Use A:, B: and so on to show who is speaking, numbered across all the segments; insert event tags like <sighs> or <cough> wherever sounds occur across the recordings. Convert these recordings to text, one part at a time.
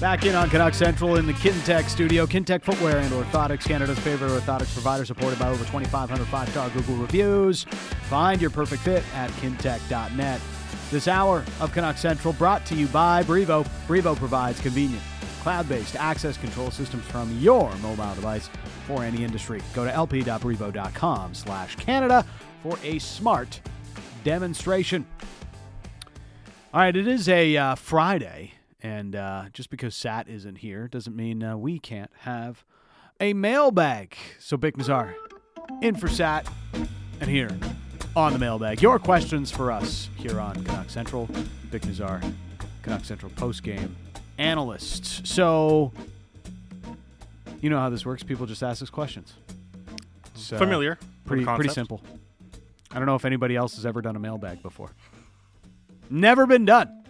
A: Back in on Canuck Central in the Kintech studio. Kintech Footwear and Orthotics, Canada's favorite orthotics provider, supported by over 2,500 five star Google reviews. Find your perfect fit at kintech.net. This hour of Canuck Central brought to you by Brevo. Brevo provides convenient, cloud based access control systems from your mobile device for any industry. Go to lp.brevo.com slash Canada for a smart demonstration. All right, it is a uh, Friday, and uh, just because Sat isn't here doesn't mean uh, we can't have a mailbag. So, Bick Nazar, in for Sat, and here on the mailbag. Your questions for us here on Canuck Central. Bick Nazar, Canuck Central postgame analyst. So, you know how this works. People just ask us questions. It's, uh,
B: Familiar. with
A: Pretty,
B: the
A: pretty
B: concept.
A: simple. I don't know if anybody else has ever done a mailbag before. Never been done.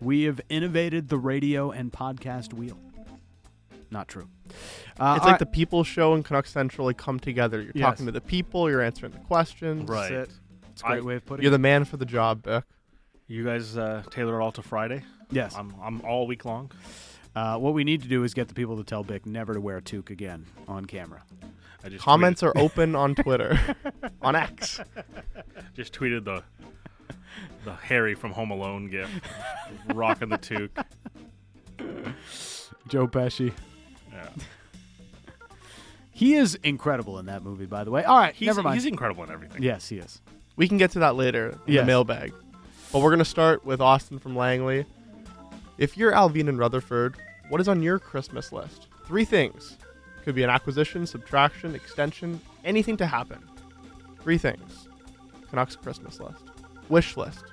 A: We have innovated the radio and podcast wheel. Not true. Uh,
C: It's
A: all
C: like
A: right.
C: the people show and Canuck Central like come together. You're
A: Yes.
C: talking to the people. You're answering the questions.
B: Right.
A: That's it. It's a great
B: I-
A: way of putting
C: You're
A: it.
C: the man for the job, Beck.
B: You guys uh, tailor it all to Friday.
A: Yes.
B: I'm, I'm all week long.
A: Uh, what we need to do is get the people to tell Bick never to wear a toque again on camera.
B: I just
C: Comments are open on Twitter, on X.
B: tweeted, just tweeted the the Harry from Home Alone gif, <laughs> rocking
A: <laughs>
B: the toque.
A: Joe Pesci.
B: Yeah.
A: <laughs> He is incredible in that movie, by the way. All right,
B: He's,
A: never mind.
B: he's incredible in everything.
A: yes, he is.
C: We can get to that later in
A: Yes.
C: the mailbag. But we're gonna start with Austin from Langley. If you're Alvin and Rutherford, what is on your Christmas list? Three things. Could be an acquisition, subtraction, extension, anything to happen. Three things. Canucks Christmas list. Wish list.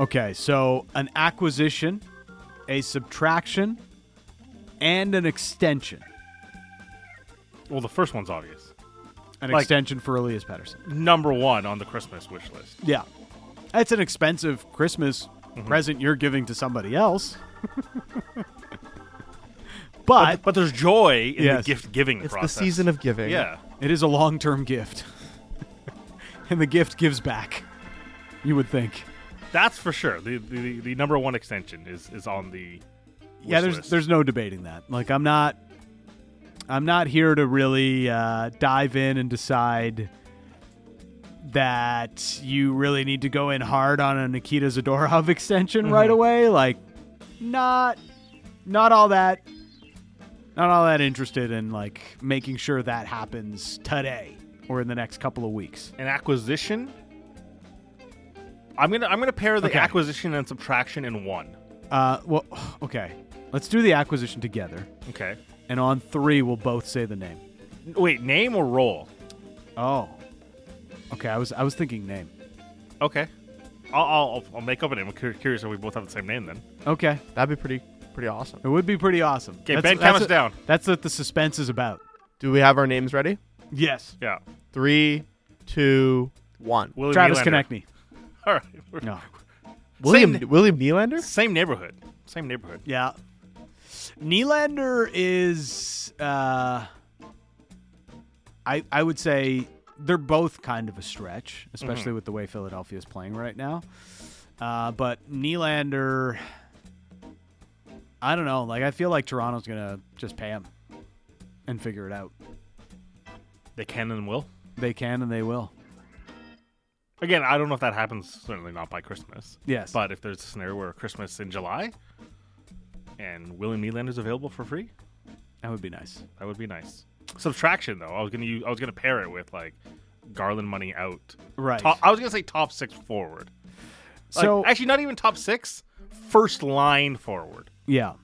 A: Okay, so an acquisition, a subtraction, and an extension.
B: Well, the first one's obvious.
A: An
B: Like-
A: extension for Elias Patterson.
B: Number one on the Christmas wish list.
A: Yeah. That's an expensive Christmas present you're giving to somebody else. <laughs> but
B: But there's joy in
A: Yes.
B: the gift giving
C: It's
B: process.
C: the season of giving.
B: Yeah.
A: it is a long term gift. <laughs> and the gift gives back, you would think.
B: That's for sure. The, the the number one extension is is on the
A: yeah,
B: wish
A: there's
B: list.
A: there's no debating that. Like I'm not I'm not here to really uh, dive in and decide that you really need to go in hard on a Nikita Zadorov <laughs> extension right away. Like not not all that not all that interested in like making sure that happens today or in the next couple of weeks.
B: an acquisition. I'm gonna I'm gonna pair the
A: Okay.
B: acquisition and subtraction in one.
A: Uh, well, <sighs> okay. Let's do the acquisition together,
B: Okay.
A: and on three, we'll both say the name.
B: Wait, name or role?
A: Oh. Okay, I was I was thinking name.
B: Okay. I'll, I'll, I'll make up a name. I'm cur- curious if we both have the same name then.
A: Okay.
C: That'd be pretty pretty awesome.
A: It would be pretty awesome.
B: Okay, Ben, count us down.
A: That's what the suspense is about.
C: Do we have our names ready?
A: Yes.
B: Yeah.
C: Three, two, one.
B: William
A: Travis
B: Nylander.
A: connect
B: <laughs>
A: me.
B: All right. We're- <laughs>
A: No.
C: William
B: Same-
C: William Nylander?
B: Same neighborhood. Same neighborhood.
A: Yeah. Nylander is uh I I would say they're both kind of a stretch, especially with the way Philadelphia is playing right now. Uh, but Nylander I don't know, like I feel like Toronto's gonna just pay him and figure it out.
B: They can and will.
A: They can and they will.
B: Again, I don't know if that happens. Certainly not by Christmas.
A: Yes.
B: But if there's a scenario where Christmas in July, and William Nylander is available for free,
A: that would be nice.
B: that would be nice. Subtraction though, I was gonna use, I was gonna pair it with like Garland money out.
A: Right.
B: Top, I was gonna say top six forward. Like,
A: so
B: actually, not even top six. First line forward.
A: Yeah.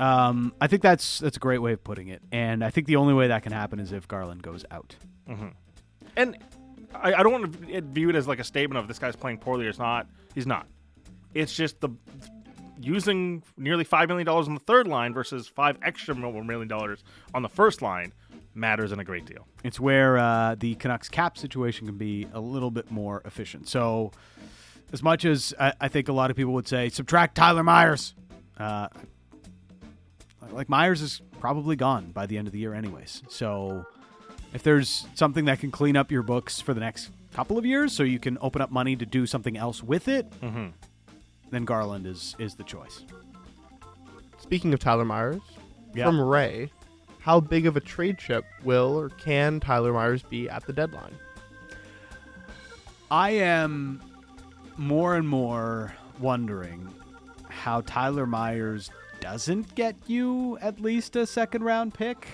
A: Um, I think that's that's a great way of putting it, and I think the only way that can happen is if Garland goes out.
B: and I, I don't want to view it as like a statement of this guy's playing poorly. or It's not. He's not. It's just the using nearly five million dollars on the third line versus five extra mil- million dollars on the first line matters in a great deal.
A: It's where uh, the Canucks cap situation can be a little bit more efficient. So, as much as I, I think a lot of people would say, subtract Tyler Myers. Uh, like Myers is probably gone by the end of the year, anyways. So, if there's something that can clean up your books for the next couple of years, so you can open up money to do something else with it, then Garland is is the choice.
C: Speaking of Tyler Myers,
A: Yeah.
C: from Ray, how big of a trade chip will or can Tyler Myers be at the deadline?
A: I am more and more wondering how Tyler Myers doesn't get you at least a second round pick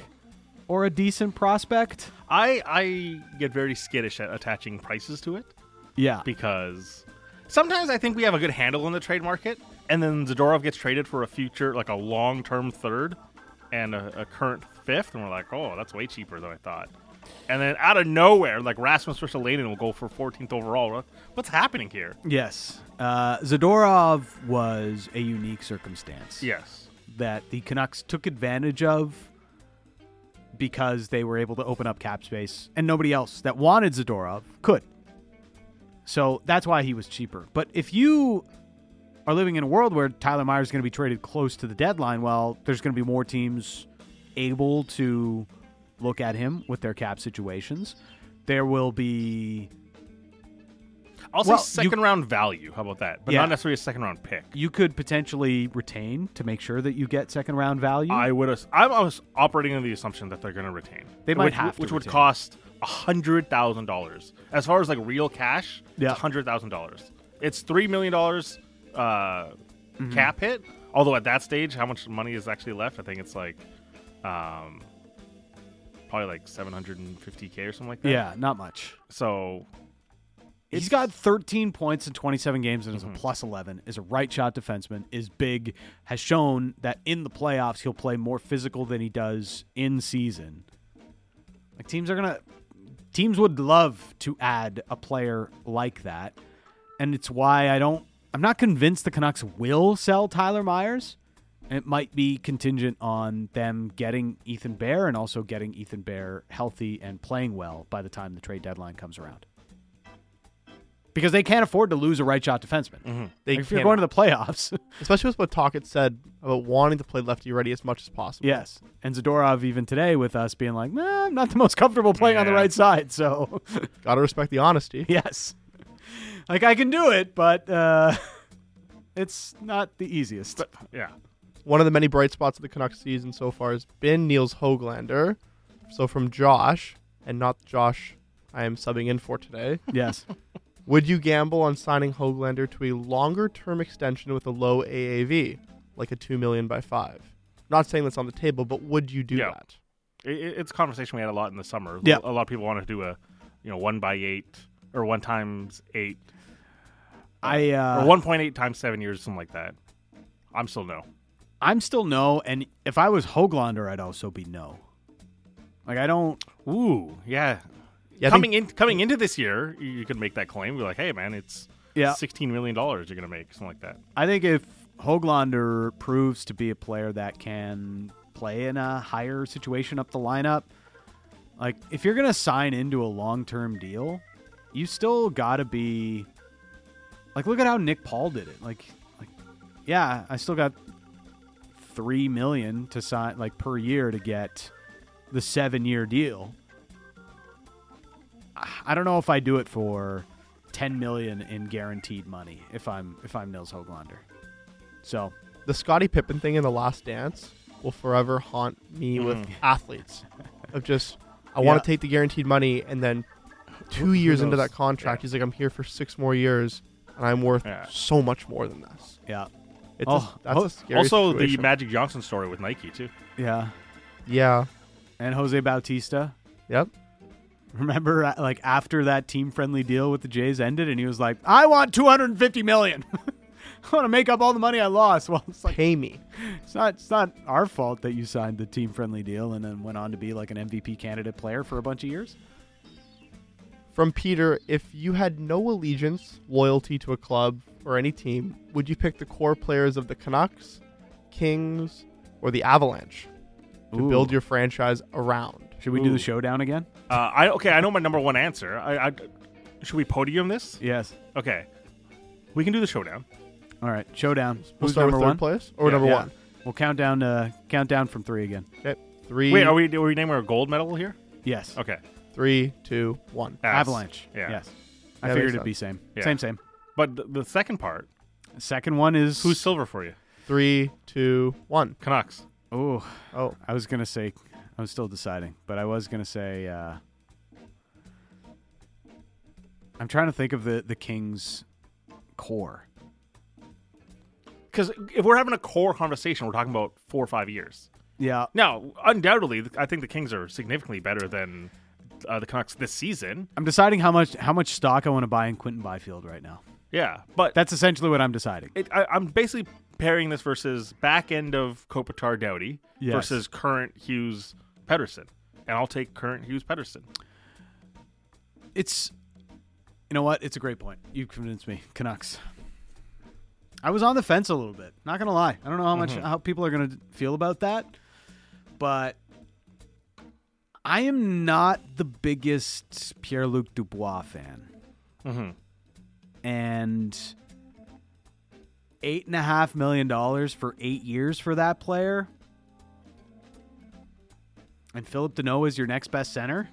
A: or a decent prospect.
B: I I get very skittish at attaching prices to it
A: Yeah.
B: because sometimes I think we have a good handle in the trade market, and then Zadorov gets traded for a future, like a long term third and a, a current fifth, and we're like, oh, that's way cheaper than I thought. And then out of nowhere, like Rasmus Ristolainen will go for 14th overall. We're like, What's happening here?
A: Yes. Uh, Zadorov was a unique circumstance
B: Yes.
A: that the Canucks took advantage of because they were able to open up cap space and nobody else that wanted Zadorov could. So that's why he was cheaper. But if you are living in a world where Tyler Myers is going to be traded close to the deadline, well, there's going to be more teams able to look at him with their cap situations. There will be
B: I'll
A: Well, you-
B: say second round value. How about that? But
A: Yeah.
B: not necessarily a second round pick.
A: you could potentially retain to make sure that you get second round value.
B: I would. ass- I'm, I was operating under the assumption that they're going to retain.
A: They might
B: which,
A: have to
B: which would
A: retain.
B: cost a hundred thousand dollars. As far as like real cash,
A: Yeah.
B: it's hundred thousand dollars. It's three million dollars uh,
A: Mm-hmm.
B: cap hit. Although at that stage, how much money is actually left? I think it's like, um, probably like seven hundred and fifty k or something like that.
A: yeah, not much.
B: So
A: He's got 13 points in 27 games and is a plus 11. Is a right shot defenseman. Is big. Has shown that in the playoffs he'll play more physical than he does in season. Like teams are gonna, teams would love to add a player like that, and it's why I don't. I'm not convinced the Canucks will sell Tyler Myers. And it might be contingent on them getting Ethan Bear and also getting Ethan Bear healthy and playing well by the time the trade deadline comes around because they can't afford to lose a right shot defenseman.
B: Mm-hmm.
C: They
A: Like, if you're going
C: cannot-
A: to the playoffs, <laughs>
C: especially with what Talkett said about wanting to play lefty ready as much as possible.
A: yes. And Zadorov even today with us being like, "Nah, I'm not the most comfortable playing on the
B: Yeah.
A: right side, so <laughs>
C: Gotta respect the honesty.
A: yes, like I can do it, but uh, <laughs> it's not the easiest.
B: <laughs> yeah,
C: One of the many bright spots of the Canucks season so far has been Niels Hoaglander. So from Josh, and not Josh I am subbing in for today.
A: yes,
C: Would you gamble on signing Hoaglander to a longer term extension with a low AAV, like a two million by five? Not saying that's on the table, but would you do
B: Yeah.
C: that?
B: it, it- it's a conversation we had a lot in the summer.
A: Yeah.
B: a lot of people wanted to do a, you know, one by eight or one times eight
A: I uh,
B: or 1.8 times seven years, something like that. I'm still no.
A: I'm still no, and if I was Hoglander, I'd also be no. Like I don't.
B: Ooh, yeah.
C: Yeah, I
B: coming in, coming into this year, you- you could make that claim. Be like, hey, man, it's
A: Yeah.
B: sixteen million dollars you're gonna make, something like that.
A: I think if Hoglander proves to be a player that can play in a higher situation up the lineup, like if you're going to sign into a long-term deal, you still got to be like look at how Nick Paul did it. Like like yeah, I still got 3 million to sign like per year to get the 7-year deal. I- I don't know if I do it for 10 million in guaranteed money if I'm if I'm Nils Hoglander. So,
C: the Scottie Pippen thing in The Last Dance will forever haunt me
B: Mm. <laughs>
C: with athletes. Of just, I
A: Yeah.
C: want to take the guaranteed money, and then two years into
B: knows?
C: that contract, he's like, I'm here for six more years, and I'm worth
B: Yeah.
C: so much more than this.
A: yeah.
C: It's
A: Oh,
C: a, that's
A: oh,
C: a scary
B: also,
C: situation.
B: the Magic Johnson story with Nike too.
A: Yeah.
C: yeah,
A: And Jose Bautista, <laughs>
C: yep.
A: remember uh, like after that team-friendly deal with the Jays ended and he was like, "I want 250 million. <laughs> I want to make up all the money I lost." <laughs> Well, it's like
C: Pay me.
A: it's not it's not our fault that you signed the team-friendly deal and then went on to be like an MVP candidate player for a bunch of years.
C: From Peter, if you had no allegiance, loyalty to a club or any team, would you pick the core players of the Canucks, Kings, or the Avalanche to
A: Ooh.
C: build your franchise around?
A: Should we do
B: Ooh.
A: the showdown again?
B: Uh, I okay, I know my number one answer. I, I should we podium this?
A: Yes.
B: Okay, we can do the showdown.
A: All right, showdown.
C: We'll
A: Who's
C: start
A: number
C: with third
A: 1?
C: place or
B: Yeah,
C: number
B: yeah.
C: one.
A: We'll count down uh count down from 3 again.
C: Okay. Three,
B: Wait, are we are we naming our gold medal here?
A: Yes.
B: Okay,
C: three, two, one.
B: Abs.
A: Avalanche.
B: Yeah.
A: Yes. I
C: That
A: figured
C: makes
A: it'd be same.
B: Yeah.
A: Same, same.
B: But the, the second part,
A: Second one is
B: who's silver for you?
C: Three, two, one.
B: Canucks.
A: Oh,
C: Oh,
A: I was gonna say I'm still deciding, but I was gonna say uh, I'm trying to think of the the Kings core.
B: Because if we're having a core conversation, we're talking about four or five years.
A: Yeah,
B: Now, undoubtedly, I think the Kings are significantly better than uh, the Canucks this season.
A: I'm deciding how much how much stock I want to buy in Quentin Byfield right now.
B: Yeah, but
A: That's essentially what I'm deciding.
B: it, I, I'm basically pairing this versus back end of Kopitar Doughty
A: Yes.
B: versus current Hughes Pedersen, and I'll take current Hughes Pedersen.
A: It's you know what? It's a great point. You've convinced me, Canucks. I was on the fence a little bit. Not gonna lie. I don't know how much
B: Mm-hmm.
A: how people are gonna feel about that, but I am not the biggest Pierre Luc Dubois fan.
B: Mm-hmm.
A: and eight and a half million dollars for eight years for that player. And Philip Deneau is your next best center.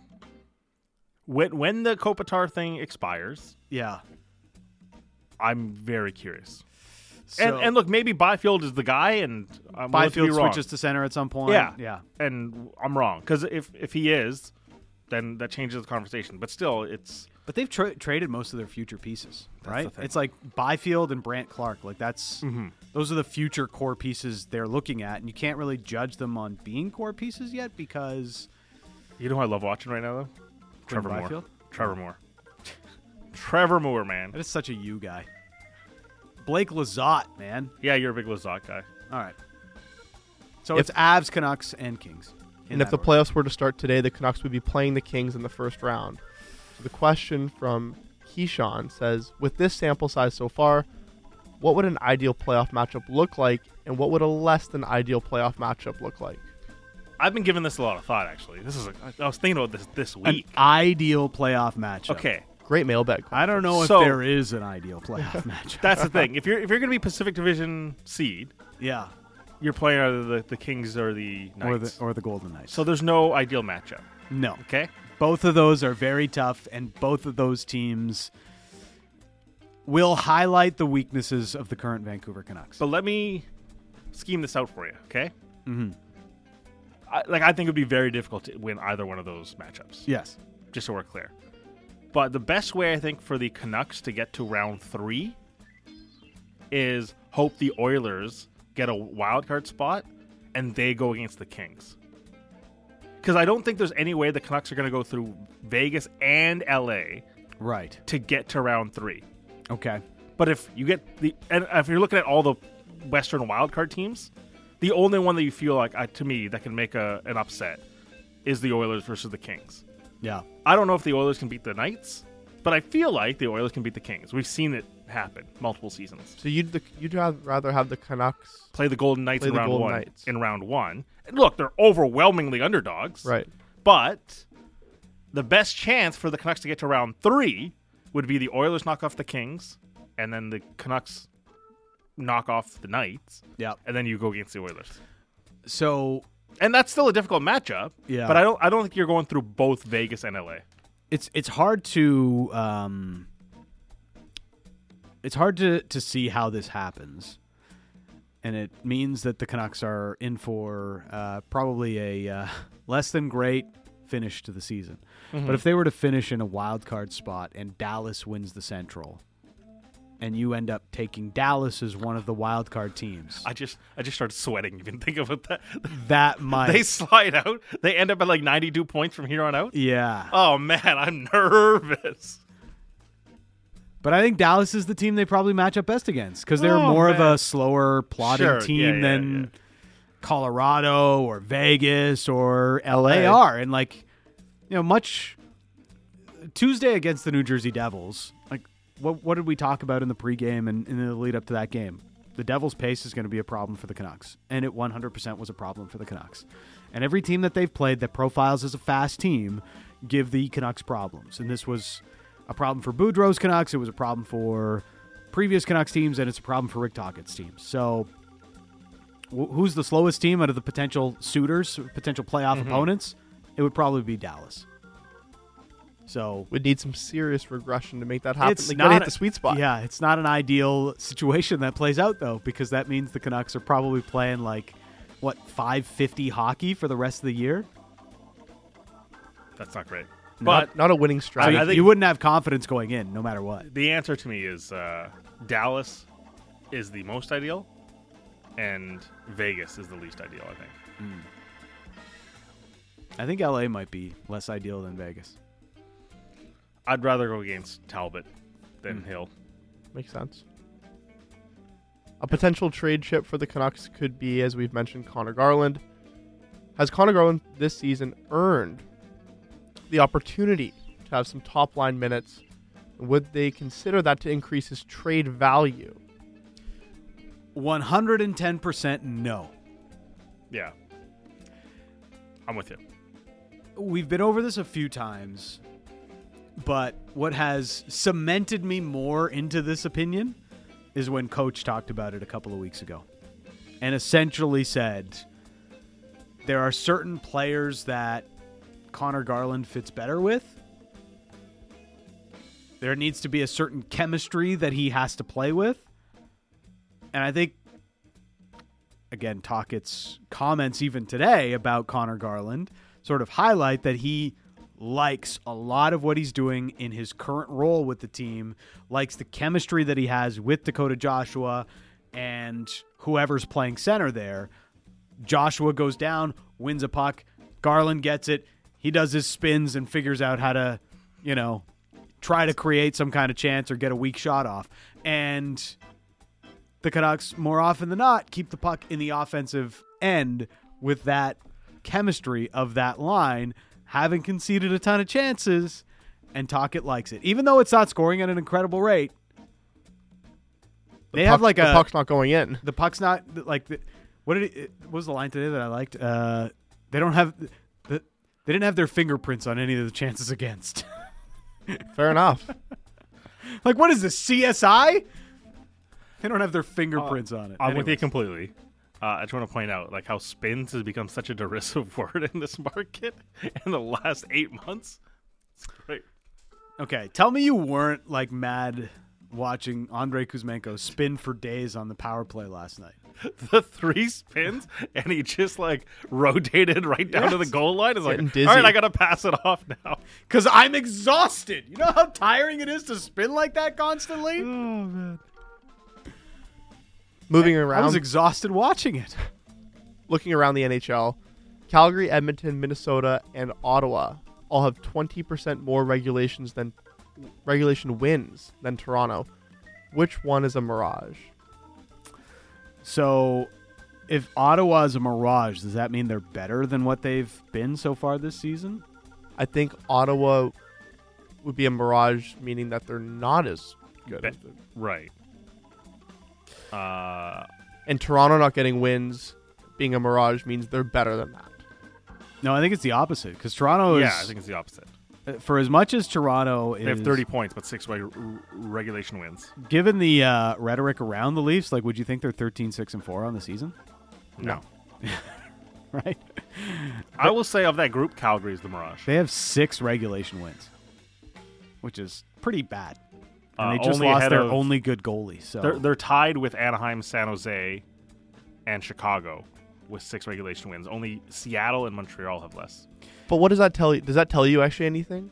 B: When when the Kopitar thing expires,
A: Yeah.
B: I'm very curious.
A: So
B: and and look, maybe Byfield is the guy, and I'm willing to be
A: Byfield
B: wrong.
A: switches to center at some point.
B: Yeah.
A: Yeah.
B: and I'm wrong because if if he is, then that changes the conversation. But still, it's
A: But they've tra- traded most of their future pieces,
B: the
A: right?
B: thing.
A: It's like Byfield and Brant Clark. Like that's those are the future core pieces they're looking at, and you can't really judge them on being core pieces yet because
B: you know who I love watching right now though,
A: Quinn
B: Trevor Moore.
A: Byfield? Oh.
B: Trevor Moore. Trevor Moore, man.
A: that is such a you guy. Blake Lazat, man.
B: Yeah, you're a big Lazat guy.
A: All right. So
C: If-
A: it's Avs, Canucks, and Kings. in
C: and if
A: that
C: the
A: order.
C: playoffs were to start today, the Canucks would be playing the Kings in the first round. So the question from Keyshawn says, with this sample size so far, what would an ideal playoff matchup look like, and what would a less than ideal playoff matchup look like?
B: I've been giving this a lot of thought actually. This is a, I was thinking about this this
A: an
B: week.
A: ideal playoff matchup.
B: Okay,
C: Great mailbag.
A: I don't know if
B: So-
A: there is an ideal <laughs> playoff matchup.
B: that's the thing. If you're if you're gonna be Pacific Division seed,
A: yeah,
B: you're playing either the, the Kings or the Knights.
A: or the or the Golden Knights.
B: so there's no ideal matchup.
A: no,
B: Okay,
A: both of those are very tough, and both of those teams will highlight the weaknesses of the current Vancouver Canucks.
B: but let me scheme this out for you. Okay. Mm-hmm. I, like I think it would be very difficult to win either one of those matchups.
A: yes,
B: just so we're clear. But the best way I think for the Canucks to get to round three is hope the Oilers get a wild card spot and they go against the Kings. Because I don't think there's any way the Canucks are going to go through Vegas and LA
A: right.
B: to get to round three.
A: Okay,
B: But if you get the and if you're looking at all the Western wildcard teams, the only one that you feel like I, to me that can make a, an upset is the Oilers versus the Kings.
A: yeah,
B: I don't know if the Oilers can beat the Knights, but I feel like the Oilers can beat the Kings. We've seen it happen multiple seasons.
C: So you'd the, you'd have- rather have the Canucks,
B: Play the Golden Knights
C: Play
B: in
C: the
B: round
C: Golden
B: one.
C: Knights.
B: In round one, and look, they're overwhelmingly underdogs.
C: right?
B: But the best chance for the Canucks to get to round three would be the Oilers knock off the Kings, and then the Canucks knock off the Knights,
A: yeah.
B: and then you go against the Oilers.
A: So
B: And that's still a difficult matchup.
A: Yeah.
B: But I don't. I don't think you're going through both Vegas and LA.
A: it's it's hard to um, it's hard to to see how this happens, and it means that the Canucks are in for uh, probably a uh, <laughs> less than great finish to the season.
B: Mm-hmm.
A: But if they were to finish in a wild card spot and Dallas wins the Central, and you end up taking Dallas as one of the wild card teams,
B: I just. I just started sweating even thinking about that.
A: <laughs>
B: <laughs>
A: that might
B: they slide out. They end up at like 92 points from here on out.
A: yeah.
B: Oh man, I'm <laughs> nervous.
A: But I think Dallas is the team they probably match up best against because they're
B: Oh,
A: more of
B: man.
A: a slower plotting
B: Sure,
A: team
B: yeah, yeah,
A: than
B: yeah.
A: Colorado or Vegas or LA are. And like, you know, much Tuesday against the New Jersey Devils, like what what did we talk about in the pregame and in the lead up to that game? The Devils' pace is going to be a problem for the Canucks, and it 100% was a problem for the Canucks. And every team that they've played that profiles as a fast team give the Canucks problems. And this was a problem for Boudreaux's Canucks. It was a problem for previous Canucks teams, and it's a problem for Rick Tockett's teams. So, wh- who's the slowest team out of the
C: Mm-hmm.
A: potential suitors, potential playoff opponents? It would probably be Dallas. So
C: Would need some serious regression to make that happen.
A: it's
C: like,
A: not
C: gotta hit
A: a-
C: the sweet spot.
A: Yeah, it's not an ideal situation that plays out though, because that means the Canucks are probably playing like what 550 hockey for the rest of the year.
B: That's not great.
A: Not-
B: But
C: Not a winning
A: So
C: strategy.
A: you,
B: I think-
A: you wouldn't have confidence going in, no matter what.
B: the answer to me is uh, Dallas is the most ideal, and Vegas is the least ideal. I think.
A: I think LA might be less ideal than Vegas.
B: I'd rather go against Talbot than Hill.
C: Makes sense. A potential trade chip for the Canucks could be, as we've mentioned, Connor Garland. Has Connor Garland this season earned the opportunity to have some top line minutes? Would they consider that to increase his trade value?
A: 110% no.
B: Yeah, I'm with you.
A: We've been over this a few times, but what has cemented me more into this opinion is when Coach talked about it a couple of weeks ago and essentially said there are certain players that Connor Garland fits better with. There needs to be a certain chemistry that he has to play with. And I think again, Tockett's comments even today about Connor Garland sort of highlight that he likes a lot of what he's doing in his current role with the team, likes the chemistry that he has with Dakota Joshua and whoever's playing center there. Joshua goes down, wins a puck, Garland gets it, he does his spins and figures out how to, you know, try to create some kind of chance or get a weak shot off. And the Canucks more often than not keep the puck in the offensive end with that chemistry of that line, haven't conceded a ton of chances, and Tockett likes it. Even though it's not scoring at an incredible rate, they have
C: Puck-
A: like
C: the
A: a
C: puck's not going in.
A: the puck's not like the, what did it, what was the line today that I liked? Uh, they don't have the, they didn't have their fingerprints on any of the chances against. <laughs>
C: Fair enough.
A: like what is this CSI? They don't have their fingerprints on it.
B: I'm with you
A: Anyways.
B: completely. Uh, I just want to point out like how spins has become such a derisive <laughs> word in this market in the last eight months. It's great.
A: Okay, tell me you weren't like mad watching Andre Kuzmenko spin for days on the power play last night.
B: The three spins, and he just like rotated right down to the
A: Yes.
B: goal line. It's like,
C: Getting dizzy.
B: all right, I gotta pass it off now. <laughs>
A: Cause I'm exhausted. You know how tiring it is to spin like that constantly.
B: Mm.
C: Moving
A: I was
C: around,
A: exhausted watching it.
C: looking around the NHL, Calgary, Edmonton, Minnesota, and Ottawa all have 20% more regulations than regulation wins than Toronto. Which one is a mirage?
A: So, if Ottawa's a mirage, does that mean they're better than what they've been so far this season?
C: I think Ottawa would be a mirage, meaning that they're not as good.
B: Be-
C: as them.
B: Right. Uh,
C: And Toronto not getting wins, being a mirage means they're better than that.
A: No, I think it's the opposite. Because Toronto is,
B: yeah, I think it's the opposite.
A: for as much as Toronto is
B: They have 30 points, but six reg- r- regulation wins.
A: given the uh, rhetoric around the Leafs, like, would you think they're 13, 6, and 4 on the season? <laughs>
B: No.
A: Right?
B: I will say of that group, Calgary is the mirage.
A: They have six regulation wins, which is pretty bad. And
B: Uh,
A: they just
B: only
A: lost
B: ahead
A: their
B: of-
A: only good goalie. So
B: They're, they're tied with Anaheim, San Jose, and Chicago with six regulation wins. Only Seattle and Montreal have less.
C: But what does that tell you? Does that tell you actually anything?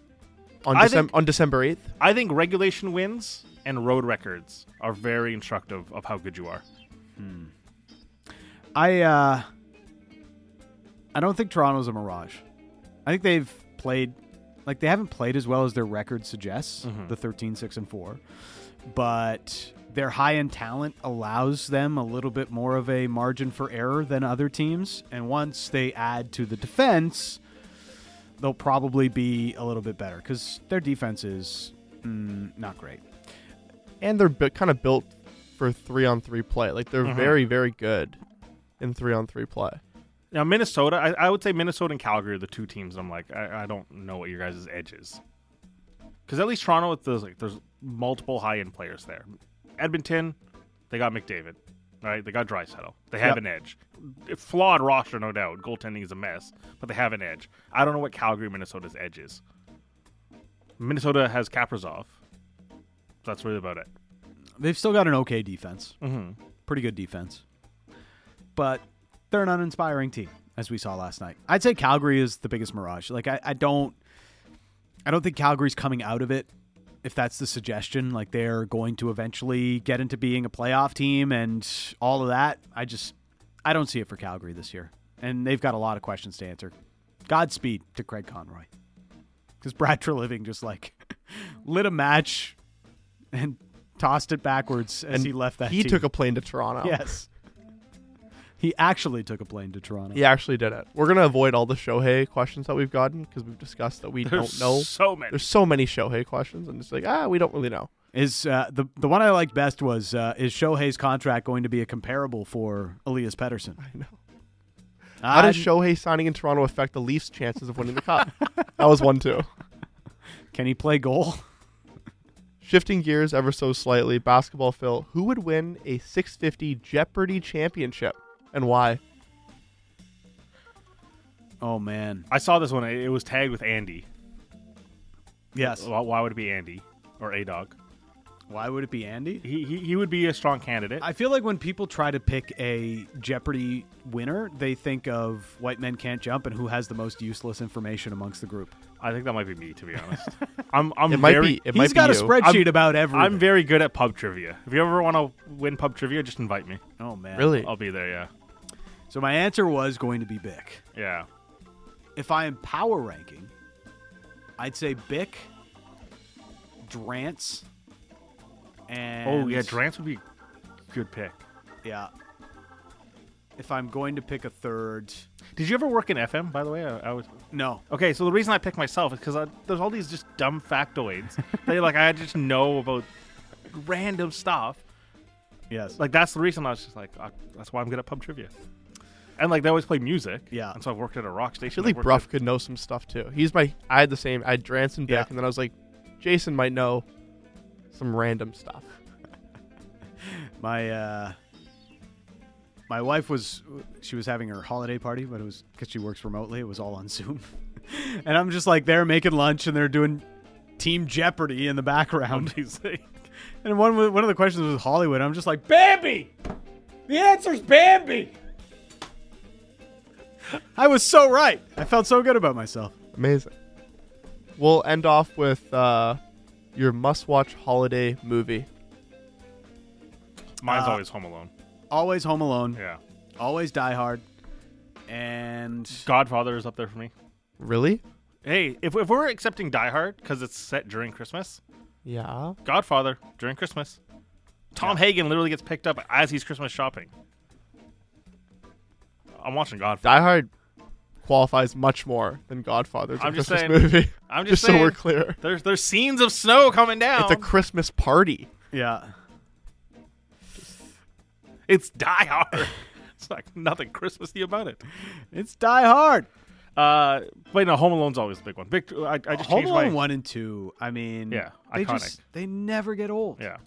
C: On,
B: I
C: Decem-
B: think-
C: on December 8th?
B: I think regulation wins and road records are very instructive of how good you are.
A: I uh, I don't think Toronto's a mirage. I think they've played like they haven't played as well as their record suggests, the 13 6 and 4. But their high end talent allows them a little bit more of a margin for error than other teams, and once they add to the defense, they'll probably be a little bit better cuz their defense is mm, not great.
C: and they're bu- kind of built for three on three play. Like they're very, very good in three on three play.
B: Now, Minnesota, I, I would say Minnesota and Calgary are the two teams I'm like, I, I don't know what your guys' edge is. Because at least Toronto, it's- there's, like, there's multiple high end players there. Edmonton, they got McDavid, right? They got Drysettle. They
A: Yep.
B: have an edge. Flawed roster, no doubt. Goaltending is a mess, but they have an edge. I don't know what Calgary, Minnesota's edge is. Minnesota has Kaprizov. That's really about it.
A: They've still got an okay defense,
B: Mm-hmm.
A: pretty good defense, but they're an uninspiring team, as we saw last night. I'd say Calgary is the biggest mirage. Like I, I don't, I don't think Calgary's coming out of it. If that's the suggestion, like they're going to eventually get into being a playoff team and all of that, I just, I don't see it for Calgary this year, and they've got a lot of questions to answer. Godspeed to Craig Conroy, because Brad Treliving just like <laughs> lit a match and tossed it backwards as
C: And
A: he left that.
C: He
A: team.
C: took a plane to Toronto.
A: Yes. He actually took a plane to Toronto.
C: He actually did it. We're gonna avoid all the Shohei questions that we've gotten because we've discussed that we
B: There's
C: don't know.
B: so many.
C: There's so many Shohei questions, and it's like ah, we don't really know.
A: Is uh, the the one I liked best was uh, is Shohei's contract going to be a comparable for Elias Pettersson?
C: I know. How
A: I
C: does Shohei signing in Toronto affect the Leafs' chances of winning the cup? that was one too.
A: can he play goal? <laughs>
C: Shifting gears ever so slightly, basketball Phil, who would win a 650 Jeopardy championship and why?
A: Oh man,
B: I saw this one. It it was tagged with Andy.
A: yes.
B: Why why would it be Andy or A Dog?
A: Why would it be Andy?
B: He, he he would be a strong candidate.
A: I feel like when people try to pick a Jeopardy winner, they think of white men can't jump and who has the most useless information amongst the group.
B: I think that might be me, to be <laughs> honest. I'm I'm
C: It might
B: very
C: be. It
A: He's
C: might
A: got
C: be
A: a
C: you.
A: spreadsheet
B: I'm-
A: about everything.
B: I'm very good at pub trivia. If you ever want to win pub trivia, just invite me.
A: oh man,
C: Really?
B: I'll be there. Yeah,
A: So my answer was going to be Bick.
B: yeah.
A: if I am power ranking, I'd say Bick, Drance, and
B: oh yeah, Drance would be a good pick.
A: Yeah. If I'm going to pick a third,
B: Did you ever work in FM? By the way, I, I was
A: no,
B: okay. So the reason I picked myself is because there's all these just dumb
C: <laughs>
B: factoids that like I just know about random stuff.
A: yes,
B: Like that's the reason I was just like I, that's why I'm good at pub trivia. And like they always play music.
A: Yeah.
B: And so I've worked at a rock
C: I
B: station.
C: feel like
B: I've worked
C: Bruff could know some stuff too. He's my. I had the same. I had Drance and Beck,
A: Yeah.
C: and then I was like, Jason might know some random stuff.
A: my uh, my wife was she was having her holiday party, but it was because she works remotely. It was all on Zoom, <laughs> and I'm just like there making lunch, and they're doing Team Jeopardy in the background.
B: <laughs> at music.
A: And one wa- one of the questions was Hollywood. I'm just like Bambi. The answer's Bambi. I was so right. I felt so good about myself.
C: Amazing. We'll end off with uh, your must-watch holiday movie.
B: Mine's
A: Uh,
B: always Home Alone.
A: Always Home Alone.
B: Yeah.
A: Always Die Hard. And
B: Godfather is up there for me.
C: Really?
B: Hey, if, if we're accepting Die Hard because it's set during Christmas,
C: Yeah.
B: Godfather during Christmas. Tom Hagen literally gets picked up as he's Christmas shopping. I'm watching Godfather.
C: Die Hard qualifies much more than Godfather's a
B: I'm just
C: Christmas
B: saying-
C: movie. <laughs>
B: I'm just
C: so we're
B: saying. Um,
C: clear.
B: There's there's scenes of snow coming down.
C: It's a Christmas party.
A: yeah,
B: It's Die Hard. <laughs> it's like nothing Christmassy about it.
A: it's Die Hard.
B: Uh, but no, Home Alone's always a big one. Big. I, I just
A: Home
B: changed
A: Alone
B: my,
A: one and two. I mean,
B: Yeah,
A: they
B: iconic.
A: just they never get old.
B: Yeah.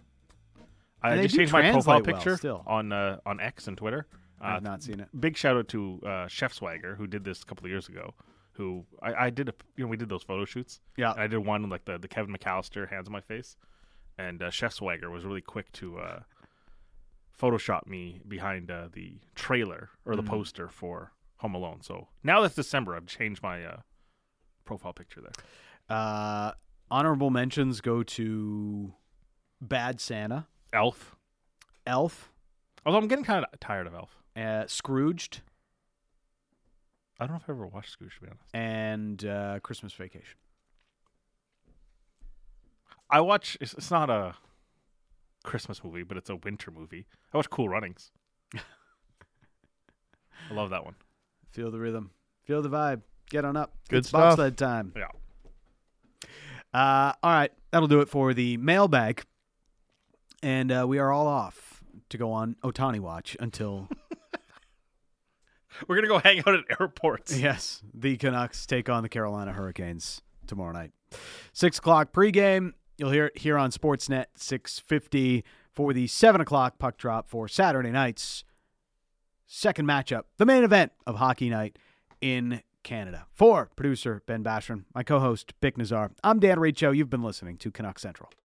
B: I
A: And they
B: just
A: do
B: changed my profile
A: translate well
B: picture
A: still.
B: on uh, on X and Twitter. Uh,
A: I've not seen it.
B: Big shout out to uh, Chef Swagger who did this a couple of years ago. Who I, I did a you know we did those photo shoots.
A: Yeah.
B: And I did one like the the Kevin McAllister hands on my face, and uh, Chef Swagger was really quick to uh, Photoshop me behind uh, the trailer or
A: Mm-hmm.
B: the poster for Home Alone. So now that's December. I've changed my uh, profile picture there.
A: Uh, honorable mentions go to Bad Santa,
B: Elf.
A: Elf,
B: Although I'm getting kind of tired of Elf.
A: uh, Scrooged,
B: I don't know if I ever watched Scrooge to be honest.
A: and uh, Christmas Vacation.
B: I watch. It's, it's not a Christmas movie, but it's a winter movie. I watch Cool Runnings. I love that one.
A: Feel the rhythm. Feel the vibe. Get on up.
C: Good
A: it's
C: stuff.
A: bobsled time.
B: Yeah.
A: Uh, all right, that'll do it for the mailbag, and uh, we are all off to go on Otani watch until
B: We're gonna go hang out at
A: <laughs>
B: airports.
A: yes, the Canucks take on the Carolina Hurricanes tomorrow night, six o'clock pregame. You'll hear it here on Sportsnet six fifty for the seven o'clock puck drop for Saturday night's second matchup, the main event of hockey night in Canada. For producer Ben Basham, my co host, Bick Nazar, I'm Dan Riccio. You've been listening to Canuck Central.